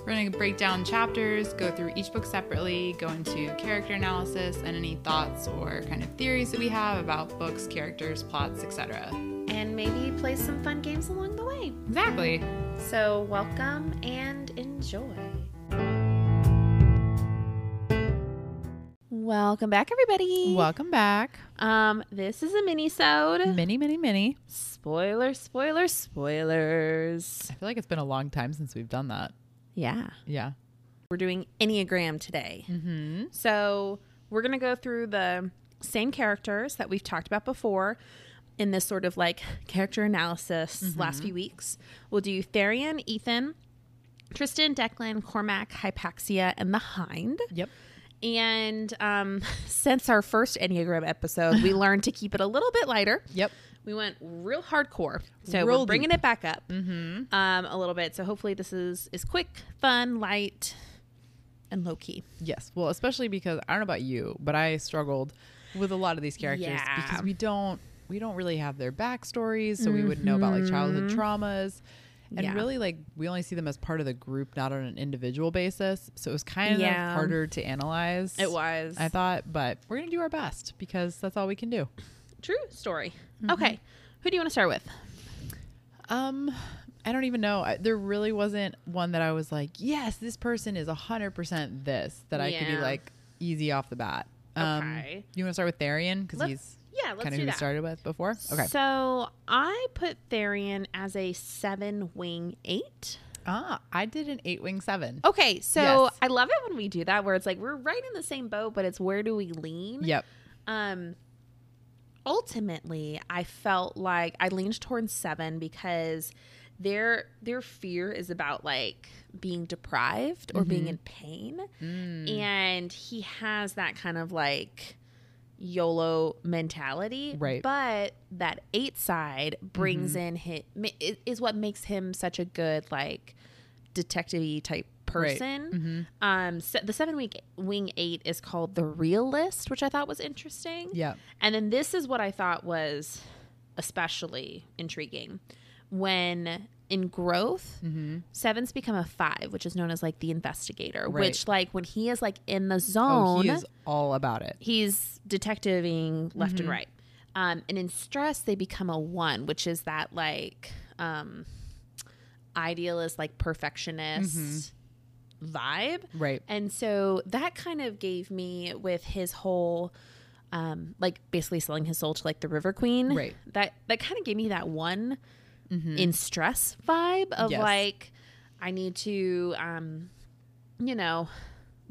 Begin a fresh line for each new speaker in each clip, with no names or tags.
We're going to break down chapters, go through each book separately, go into character analysis and any thoughts or kind of theories that we have about books, characters, plots, etc.
And maybe play some fun games along the way.
Exactly.
So, welcome and enjoy. Welcome back, everybody.
Welcome back.
Um, this is a mini-sode.
Many, many, many.
Spoiler, spoiler, spoilers.
I feel like it's been a long time since we've done that.
Yeah.
Yeah.
We're doing Enneagram today.
Mm-hmm.
So, we're going to go through the same characters that we've talked about before in this sort of like character analysis last few weeks. We'll do Therian, Ethan, Tristan, Declan, Cormac, Hypaxia, and the Hind.
Yep.
And um, since our first Enneagram episode, we learned to keep it a little bit lighter.
Yep.
We went real hardcore, so we're
Real
bringing
deep.
it back up um, a little bit. So hopefully, this is is quick, fun, light, and low key.
Yes. Well, especially because I don't know about you, but I struggled with a lot of these characters
Yeah.
because we don't we don't really have their backstories, so we wouldn't know about like childhood traumas. And
Mm-hmm. Yeah.
really like we only see them as part of the group, not on an individual basis. So it was kind
Yeah.
of harder to analyze.
It was
I thought, but we're gonna do our best because that's all we can do.
true story. Mm-hmm. Okay, who do you want to start with?
Um, I don't even know. I, there really wasn't one that I was like, yes, this person is hundred percent this that I could
Yeah.
be like easy off the bat. Um,
Okay.
You want to start with Tharian because
Let's-
he's
Yeah, let's
kind of
do
who we
that.
started with before. Okay.
So I put Therian as a seven wing eight.
Ah, I did an eight wing seven.
Okay, so
Yes.
I love it when we do that, where it's like we're right in the same boat, but it's where do we lean?
Yep.
Um, ultimately, I felt like I leaned towards seven because their their fear is about like being deprived or being in pain,
Mm-hmm. Mm.
and he has that kind of like YOLO mentality.
Right. Mm-hmm.
But that eight side brings in him is what makes him such a good like detective type
Right.
person.
hmm
Um, se- the seven week wing eight is called the realist, which I thought was interesting.
Yep.
And then this is what I thought was especially intriguing when in growth
Mm-hmm.
sevens become a five, which is known as like the investigator.
Right.
Which like when he is like in the
Oh,
zone,
he is all about it.
he's detectiving left
Mm-hmm.
and right. Um, and in stress, they become a one, which is that like um, idealist, like perfectionist
Mm-hmm.
vibe.
Right.
And so that kind of gave me with his whole um like basically selling his soul to like the river queen.
Right. Mm-hmm.
That that kind of gave me that one in stress vibe of
Yes.
like I need to um you know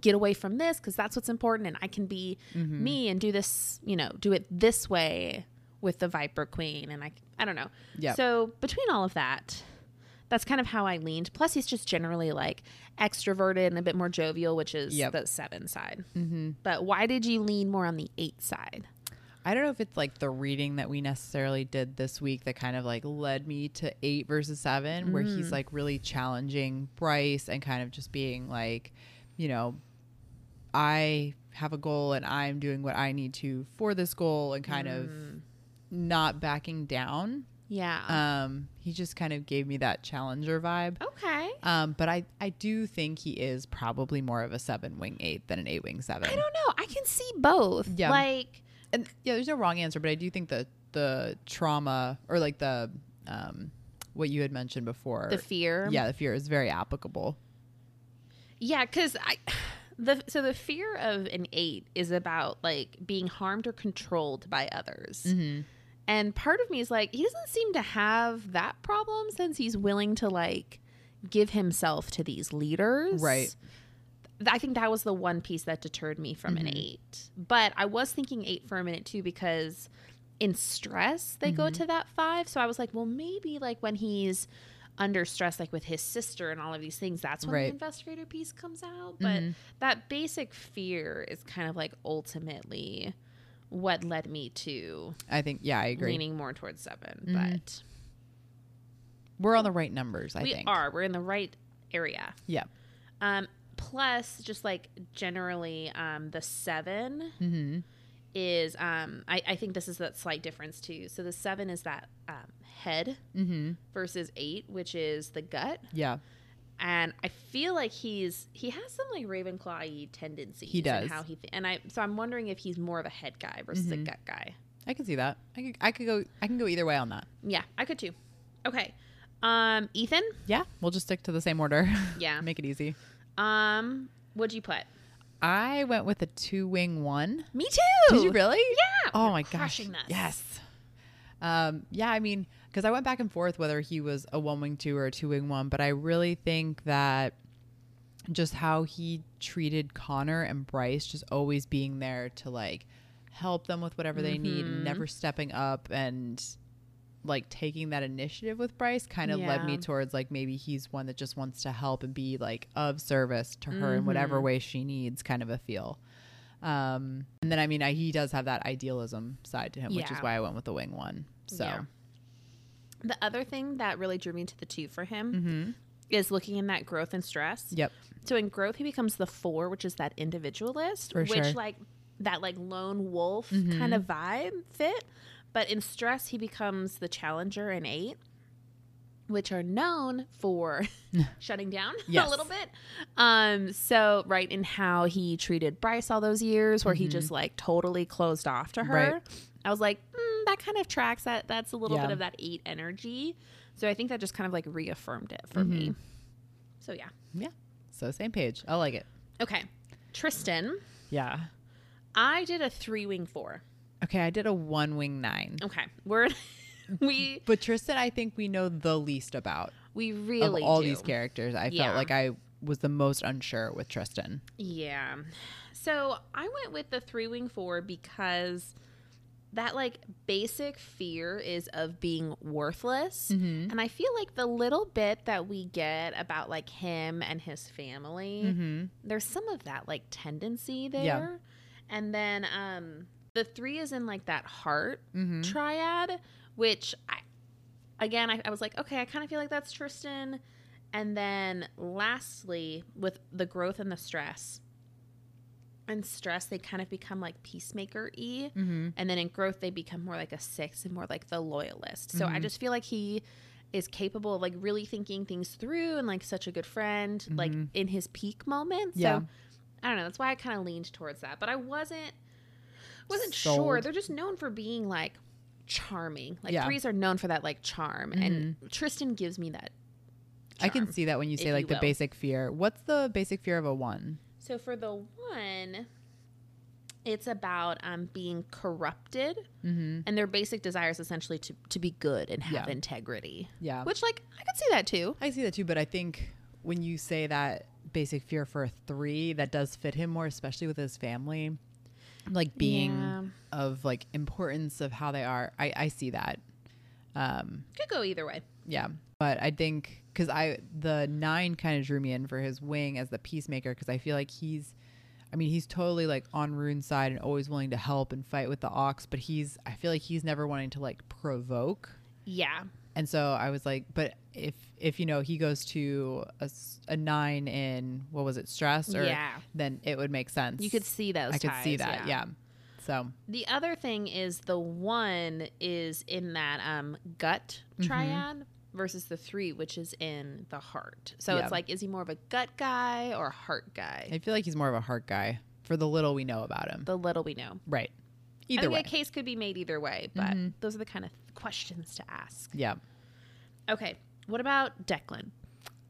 get away from this cuz that's what's important and I can be
Mm-hmm.
me and do this, you know, do it this way with the viper queen and I I don't know.
Yep.
So between all of that, that's kind of how I leaned. Plus, he's just generally like extroverted and a bit more jovial, which is
Yep.
the seven side. Mm-hmm. But why did you lean more on the eight side?
I don't know if it's like the reading that we necessarily did this week that kind of like led me to eight versus seven, where he's like really challenging Bryce and kind of just being like, you know, I have a goal and I'm doing what I need to for this goal and kind of not backing down.
Yeah.
Um, he just kind of gave me that challenger vibe.
okay.
Um, but I, I do think he is probably more of a seven wing eight than an eight wing seven.
I don't know. I can see both.
Yeah.
Like,
and yeah, there's no wrong answer, but I do think the the trauma or like the um what you had mentioned before,
the fear.
yeah, the fear is very applicable.
Yeah, because I the so the fear of an eight is about like being harmed or controlled by others. And part of me is like, he doesn't seem to have that problem since he's willing to like give himself to these leaders.
Right.
Th- I think that was the one piece that deterred me from
Mm-hmm.
an eight. But I was thinking eight for a minute too because in stress they go
Mm-hmm.
to that five. So I was like, well, maybe like when he's under stress, like with his sister and all of these things, that's when the
Right. Mm-hmm.
investigator piece comes out. But that basic fear is kind of like ultimately what led me to
I think yeah, I agree.
leaning more towards 7
Mhm.
But
We're on the right numbers, I
we
think.
are. We're in the right area.
Yeah.
Um, plus, just like generally, um, the seven
Mm-hmm.
is um, I, I think this is that slight difference too. So the seven is that um, head
Mm-hmm.
versus eight, which is the gut,
Yeah.
and I feel like he's he has some like Ravenclaw tendencies.
He
in
does.
how he th- and I so I'm wondering if he's more of a head guy versus a
Mhm.
gut guy.
I can see that. I could I could go I can go either way on that.
Yeah, I could too. Okay, um, Ethan.
Yeah. We'll just stick to the same order.
Yeah.
Make it easy.
Um, what'd you put?
I went with a two wing one.
Me too.
Did you really?
Yeah.
Oh
You're
my gosh.
crushing this.
Yes. Um, yeah, I mean, because I went back and forth whether he was a one wing two or a two wing one, but I really think that just how he treated Connor and Bryce, just always being there to like help them with whatever they need,
Mhm.
and never stepping up and like taking that initiative with Bryce kind of led
Yeah.
me towards like maybe he's one that just wants to help and be like of service to her in
Mm-hmm.
whatever way she needs kind of a feel. Um, and then I mean, I, he does have that idealism side to him, which is
Yeah.
why I went with the wing one. So,
Yeah. The other thing that really drew me to the two for him
Mhm.
is looking in that growth and stress.
yep,
So in growth, he becomes the four, which is that individualist,
For
which
sure. Mm-hmm.
like that like lone wolf kind of vibe fit. But in stress, he becomes the challenger in eight, which are known for shutting down a
Yes.
little bit. Um, so right in how he treated Bryce all those years, where he just like totally closed off to her.
Mm-hmm. Right.
I was like, mm, that kind of tracks. That that's a little
Yeah.
bit of that eight energy. So I think that just kind of like reaffirmed it
Mm-hmm.
for me. So yeah.
yeah. So same page. I like it.
Okay. Tristan,
Yeah.
I did a three wing four.
Okay, I did a one wing nine,
Okay. We're we
but Tristan, I think we know the least about
we really
of all
do.
these characters. I
Yeah.
felt like I was the most unsure with Tristan.
Yeah. So I went with the three wing four because that like basic fear is of being worthless.
Mm-hmm.
And I feel like the little bit that we get about like him and his family,
Mm-hmm.
there's some of that like tendency there.
Yeah.
And then um the three is in like that heart
Mm-hmm.
triad, which I, again, I, I was like, okay, I kind of feel like that's Tristan. And then lastly, with the growth and the stress, and stress, they kind of become like peacemaker y.
Mm-hmm.
And then in growth, they become more like a six and more like the loyalist. So I
Mhm.
just feel like he is capable of like really thinking things through and like such a good friend, like
Mhm.
in his peak moment.
Yeah.
So I don't know. That's why I kind of leaned towards that. But I wasn't wasn't sure.
Sold.
They're just known for being like charming. Like
Yeah. Mm-hmm.
threes are known for that like charm, and Tristan gives me that.
I can
charm.
see that when you
if
say like
you
the
will.
basic fear. What's the basic fear of a one?
So for the one, it's about um, being corrupted,
Mm-hmm.
and their basic desire is essentially to to be good and have
Yeah.
integrity.
Yeah.
Which like I could see that too.
I see that too, but I think when you say that basic fear for a three, that does fit him more, especially with his family, like being
Yeah.
of like importance of how they are. I, I see that. Um,
Could go either way.
yeah, but I think because I the nine kind of drew me in for his wing as the peacemaker because I feel like he's. I mean, he's totally like on Rune's side and always willing to help and fight with the ox, but he's, I feel like he's never wanting to like provoke.
Yeah.
And so I was like, but if if you know he goes to a, s- a nine in what was it stress or
Yeah.
then it would make sense.
You could see those.
I could see
ties,
that. Yeah. So
The other thing is the one is in that um, gut
Mm-hmm.
triad versus the three, which is in the heart. So
Yeah.
it's like, is he more of a gut guy or a heart guy?
I feel like he's more of a heart guy for the little we know about him.
The little we know.
right.
I
Either
think
way.
a case could be made either way, but
Mhm.
those are the kind of questions to ask.
yeah.
Okay, what about Declan?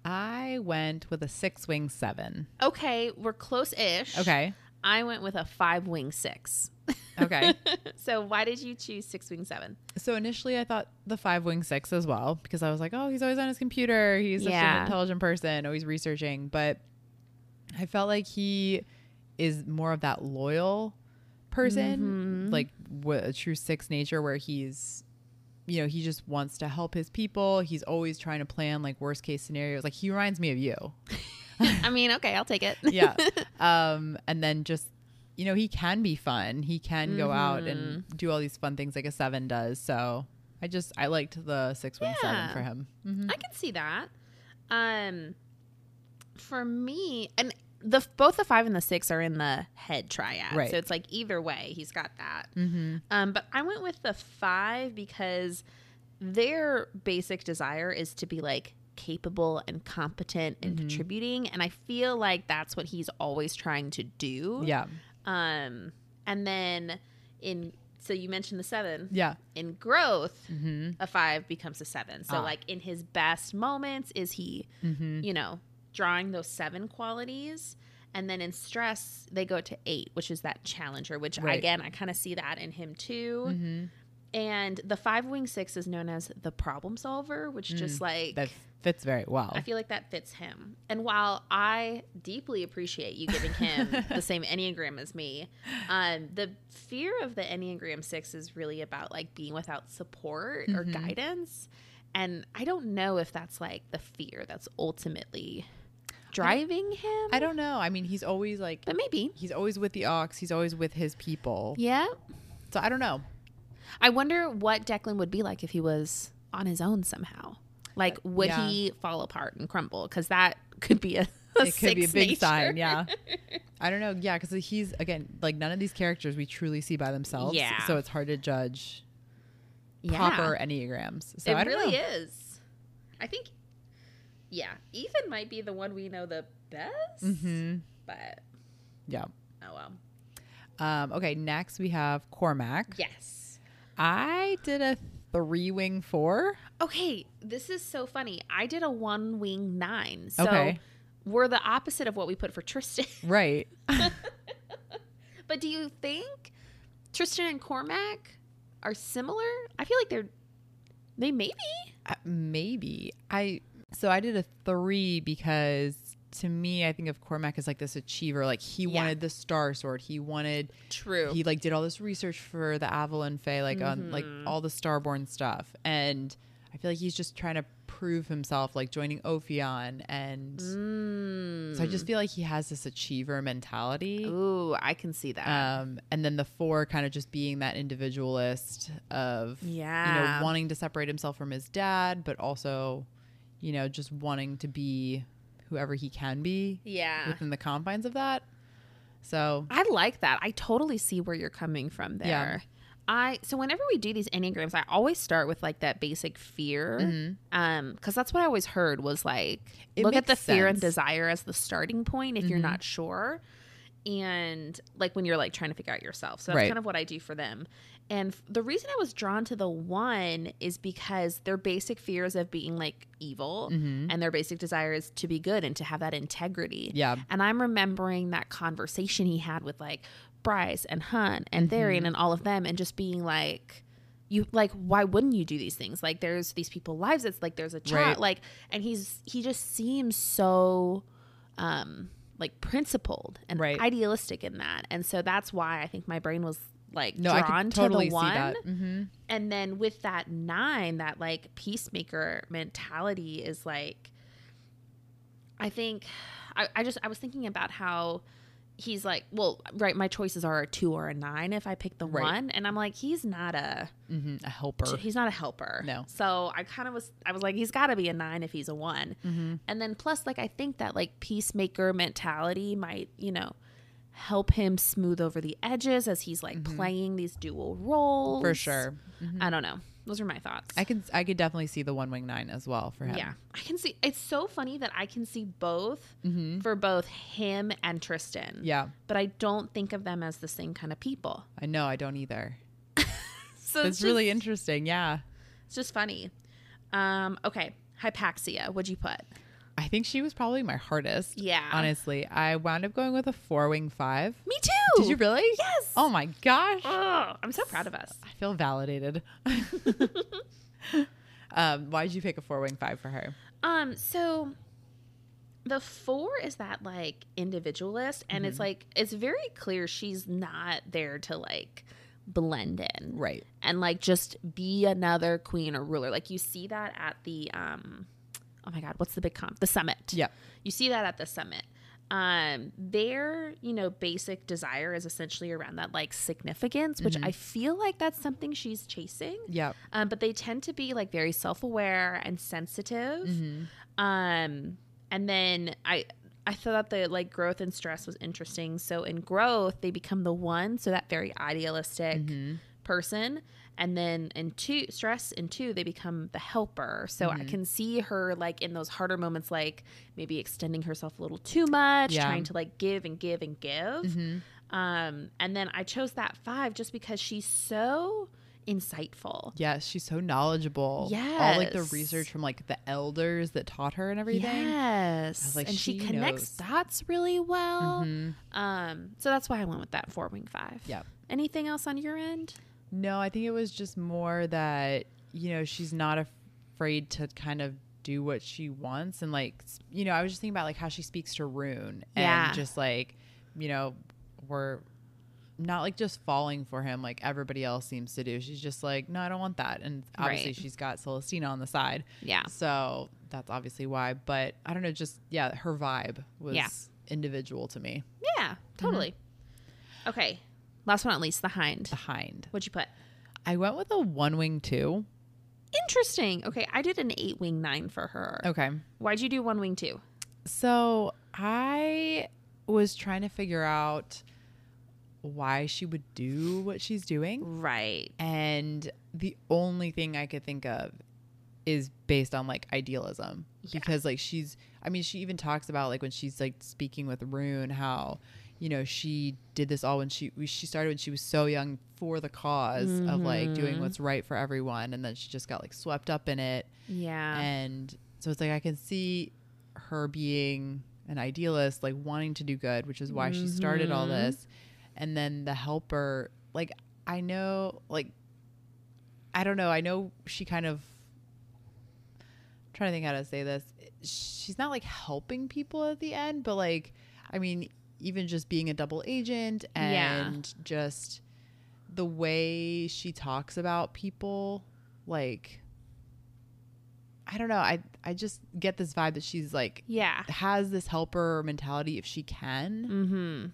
I went with a six wing seven.
Okay, we're close ish.
Okay.
I went with a five wing six.
Okay.
so why did you choose six wing seven?
so initially I thought the five wing six as well because I was like, oh, he's always on his computer. He's such
Yeah.
an intelligent person, always researching. But I felt like he is more of that loyal person, like what a true six nature, where he's, you know, he just wants to help his people. He's always trying to plan like worst case scenarios. Like he reminds me of you
I mean, okay, I'll take it.
yeah um and then just you know, he can be fun. He can go out and
Mm-hmm.
do all these fun things like a seven does. So I just, I liked the 617
Yeah.
for him. Mhm.
I can see that. Um, for me, and the both the five and the six are in the head triad,
Right.
so it's like either way he's got that.
Mhm.
Um, but I went with the five because their basic desire is to be like capable and competent and contributing, and I feel like that's what he's always trying to do.
Yeah.
Um, and then in so you mentioned the seven
Yeah.
in growth
Mm-hmm.
a five becomes a seven. So
Ah.
like in his best moments, is he,
Mm-hmm.
you know, drawing those seven qualities? And then in stress, they go to eight, which is that challenger, which
Right.
again, I kind of see that in him too.
Mm-hmm.
And the five wing six is known as the problem solver, which just like
Mm. That fits very well.
I feel like that fits him. And while I deeply appreciate you giving him the same Enneagram as me, um, the fear of the Enneagram 6 is really about like being without support or
Mhm.
guidance. And I don't know if that's like the fear that's ultimately driving him,
I don't know. I mean, he's always like,
but maybe.
he's always with the ox. He's always with his people.
Yeah.
So I don't know.
I wonder what Declan would be like if he was on his own somehow. Like, would
Yeah.
he fall apart and crumble? Because that could be a, a
it could be a
six
big
nature.
sign. Yeah. I don't know. Yeah. Cause he's, again, like none of these characters we truly see by themselves.
Yeah.
So it's hard to judge
Yeah.
proper Enneagrams. So
it
I don't
really
know.
is. I think, yeah, Ethan might be the one we know the best,
Mm-hmm.
but
Yeah.
oh well.
Um, okay. Next we have Cormac.
Yes.
I did a three wing four.
Okay, this is so funny. I did a one wing nine, so
Okay.
we're the opposite of what we put for Tristan.
Right.
but do you think Tristan and Cormac are similar? I feel like they're they may be.
Uh, maybe i so i did a three because to me i think of cormac as like this achiever like he
Yeah.
wanted the star sword he wanted
True. Mm-hmm.
he like did all this research for the avalon fey like on like all the starborn stuff and i feel like he's just trying to prove himself like joining ophion and so i just
Mm.
feel like he has this achiever mentality
Hmm. Ooh, I can see that.
um and then the four kind of just being that individualist of
Yeah.
you know wanting to separate himself from his dad but also you know just wanting to be whoever he can be
yeah.
within the confines of that so
I like that. I totally see where you're coming from there.
Yeah.
I so whenever we do these enneagrams, I always start with like that basic fear, um, because that's what I always heard was like
Mm-hmm. It
look at the
makes
fear and
sense. Mm-hmm.
desire as the starting point if you're not sure, and like when you're like trying to figure out yourself. So that's
Right.
kind of what I do for them. And f- the reason I was drawn to the one is because their basic fears of being like evil,
Mm-hmm.
and their basic desire is to be good and to have that integrity.
yeah
And I'm remembering that conversation he had with like Bryce and Hunt and
Mm-hmm.
Therian and all of them, and just being like, you like, why wouldn't you do these things? Like, there's these people lives. It's like there's a child.
Right.
Like, and he's he just seems so, um, like principled and
Right.
idealistic in that. And so that's why I think my brain was like
no i
drawn
could totally
to the
see
one.
that hmm
And then with that nine, that like peacemaker mentality is like, I think, I, I just, I was thinking about how he's like, well, right, my choices are a two or a nine if I pick the
Right.
one. And I'm like, he's not a,
hmm a helper
he's not a helper.
No.
So I kind of was, I was like, he's got to be a nine if he's a one.
Mm-hmm.
And then plus, like, I think that like peacemaker mentality might, you know, help him smooth over the edges as he's like playing these dual roles
Mm-hmm. for sure Mhm.
I don't know. Those are my thoughts.
i could i could definitely see the one wing nine as well for him
yeah, I can see. It's so funny that I can see both
hmm
for both him and Tristan.
yeah
But I don't think of them as the same kind of people.
i know i don't either
So
it's,
it's, just,
really interesting yeah
it's just funny. Um, okay, Hypaxia. What'd you put?
i think she was probably my hardest
Yeah,
honestly i wound up going with a four wing five
me too.
Did you really?
Yes.
Oh my gosh.
Ugh, I'm so proud of us.
I feel validated. um, why did you pick a four wing five for her?
Um, so the four is that like individualist, and
Mm-hmm.
it's like it's very clear she's not there to like blend in.
Right.
and like just be another queen or ruler. Like you see that at the um oh my god, what's the big comp? The summit.
Yeah.
You see that at the summit. um their you know basic desire is essentially around that like significance which i feel like that's something she's chasing
Yep.
um, but they tend to be like very self-aware and sensitive
Mm-hmm.
um and then i i thought the like growth and stress was interesting so in growth they become the one so that very idealistic
Mm-hmm.
person and then in two stress in two they become the helper so i
Mm-hmm.
can see her like in those harder moments like maybe extending herself a little too much
Yeah.
trying to like give and give and give
Mhm.
um and then i chose that five just because she's so insightful
Yes, she's so knowledgeable. All like the
Yes.
research from like the elders that taught her and everything.
Yes.
was like,
and she,
she
connects
knows.
dots really well.
Mhm.
Um, so that's why I went with that four wing five.
Yep.
Anything else on your end?
No, I think it was just more that, you know, she's not af- afraid to kind of do what she wants. And like, s- you know, I was just thinking about like how she speaks to Rune
Yeah.
and just like, you know, we're not like just falling for him like everybody else seems to do. She's just like, no, I don't want that. And obviously
Right.
she's got Celestina on the side.
Yeah.
So that's obviously why. But I don't know, just yeah, her vibe was
Yeah.
individual to me.
Yeah, totally.
Mm-hmm.
Okay. Last but not least, the hind.
Behind.
What'd you put?
I went with a one wing two.
Interesting. Okay, I did an eight wing nine for her.
Okay.
Why'd you do one wing two?
So I was trying to figure out why she would do what she's doing.
Right.
And the only thing I could think of is based on like idealism.
Yeah.
Because like she's I mean, she even talks about like when she's like speaking with Rune how, you know, she did this all when she she started when she was so young for the because of like doing what's right for everyone and then she just got like swept up in it
Yeah.
and so it's like I can see her being an idealist, like wanting to do good, which is why she started all
Mhm.
this. And then the helper, like I know, like I don't know, I know she kind of I'm trying to think how to say this. She's not like helping people at the end, but like I mean, even just being a double agent
Yeah.
and just the way she talks about people, like I don't know. I I just get this vibe that she's like
yeah.
has this helper mentality if she can.
Mm-hmm.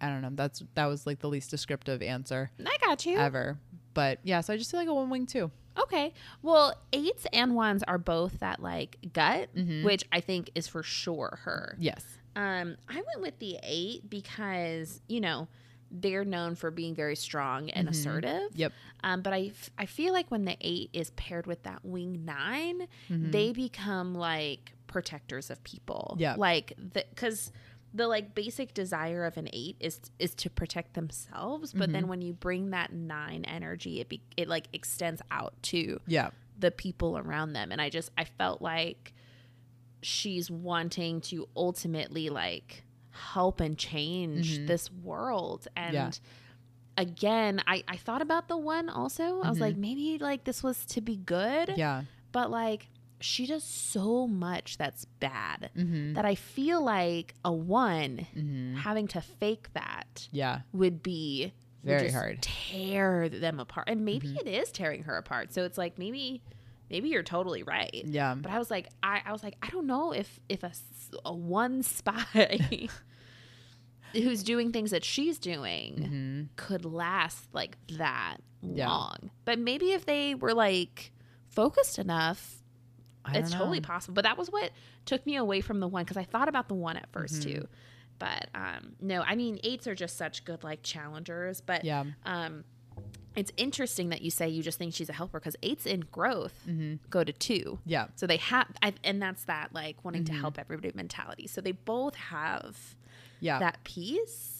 I don't know. That's that was like the least descriptive answer
I got you.
ever. But yeah, so I just feel like a one wing too.
Okay. Well, eights and ones are both that like gut, which I think is for sure her.
Yes.
Um, I went with the eight because you know they're known for being very strong and assertive.
Yep.
Um, but I f- I feel like when the eight is paired with that wing 9
Mm-hmm.
they become like protectors of people.
Yeah.
Like the because the like basic desire of an eight is is to protect themselves. But
Mm-hmm.
then when you bring that nine energy, it be, it like extends out to
Yeah.
the people around them and i just i felt like she's wanting to ultimately like help and change
Mhm.
this world and
Yeah.
again I, I thought about the one also i was
Mhm.
like maybe like this was to be good
Yeah.
but like she does so much that's bad
Mm-hmm.
that i feel like a one
Mm-hmm.
having to fake that
Yeah.
would be would
Very
just
hard. Mm-hmm.
tear them apart and maybe it is tearing her apart so it's like maybe maybe you're totally right
Yeah.
but i was like i, I was like i don't know if if a, s- a one spy who's doing things that she's doing
Mm-hmm.
could last like that
Yeah.
long but maybe if they were like focused enough it's totally possible. But that was what took me away from the one because I thought about the one at 1st too. But um, no, I mean eights are just such good like challengers. But
Yeah.
um, it's interesting that you say you just think she's a helper because eights in growth go to two.
Yeah.
So they have, I- and that's that like wanting to help everybody mentality. So they both have
Yeah.
that piece.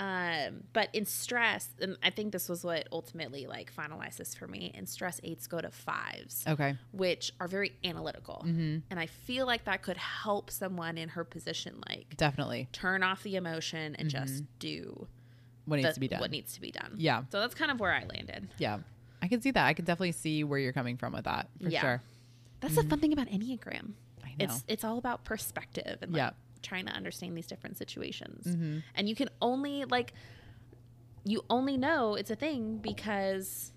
Um, but in stress, and I think this was what ultimately like finalized this for me. In stress, eights go to fives
Okay.
which are very analytical.
Mhm.
And I feel like that could help someone in her position, like
Definitely.
turn off the emotion and just do
Mm-hmm. What needs
the-
to be done.
what needs to be done.
yeah.
So that's kind of where I landed.
Yeah. I can see that. I can definitely see where you're coming from with that for
Yeah.
sure.
That's the fun thing about Enneagram.
Mm-hmm. I know.
It's it's all about perspective and like
Yeah. Mm-hmm.
trying to understand these different situations. And you can only like you only know it's a thing because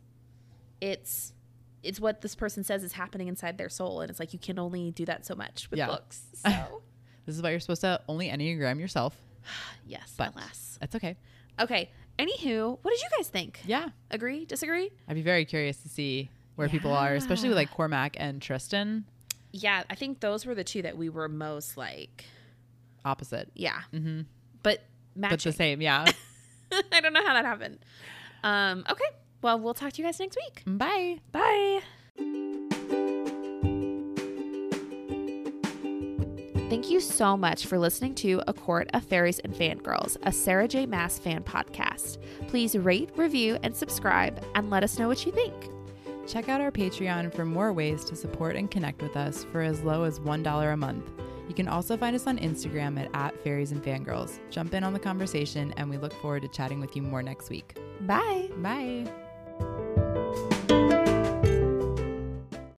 it's it's what this person says is happening inside their soul and it's like you can only do that so much with
Yeah.
books. So
This is why you're supposed to only Enneagram yourself.
Yes,
But-
alas.
That's okay.
Okay. Anywho, what did you guys think?
Yeah.
Agree? Disagree?
I'd be very curious to see where people are, especially with like Cormac and Tristan.
Yeah, I think those were the two that we were most like,
Opposite.
yeah,
Mm-hmm.
but
But the
matching.
same. Yeah.
I don't know how that happened. Um, okay. Well, we'll talk to you guys next week.
Bye.
Bye. Thank you so much for listening to A Court of Fairies and Fangirls, a Sarah J. Mass fan podcast. Please rate, review, and subscribe, and let us know what you think.
Check out our Patreon for more ways to support and connect with us for as low as $1 a month. You can also find us on Instagram at, at fairies and fangirls. Jump in on the conversation, and we look forward to chatting with you more next week.
Bye.
Bye.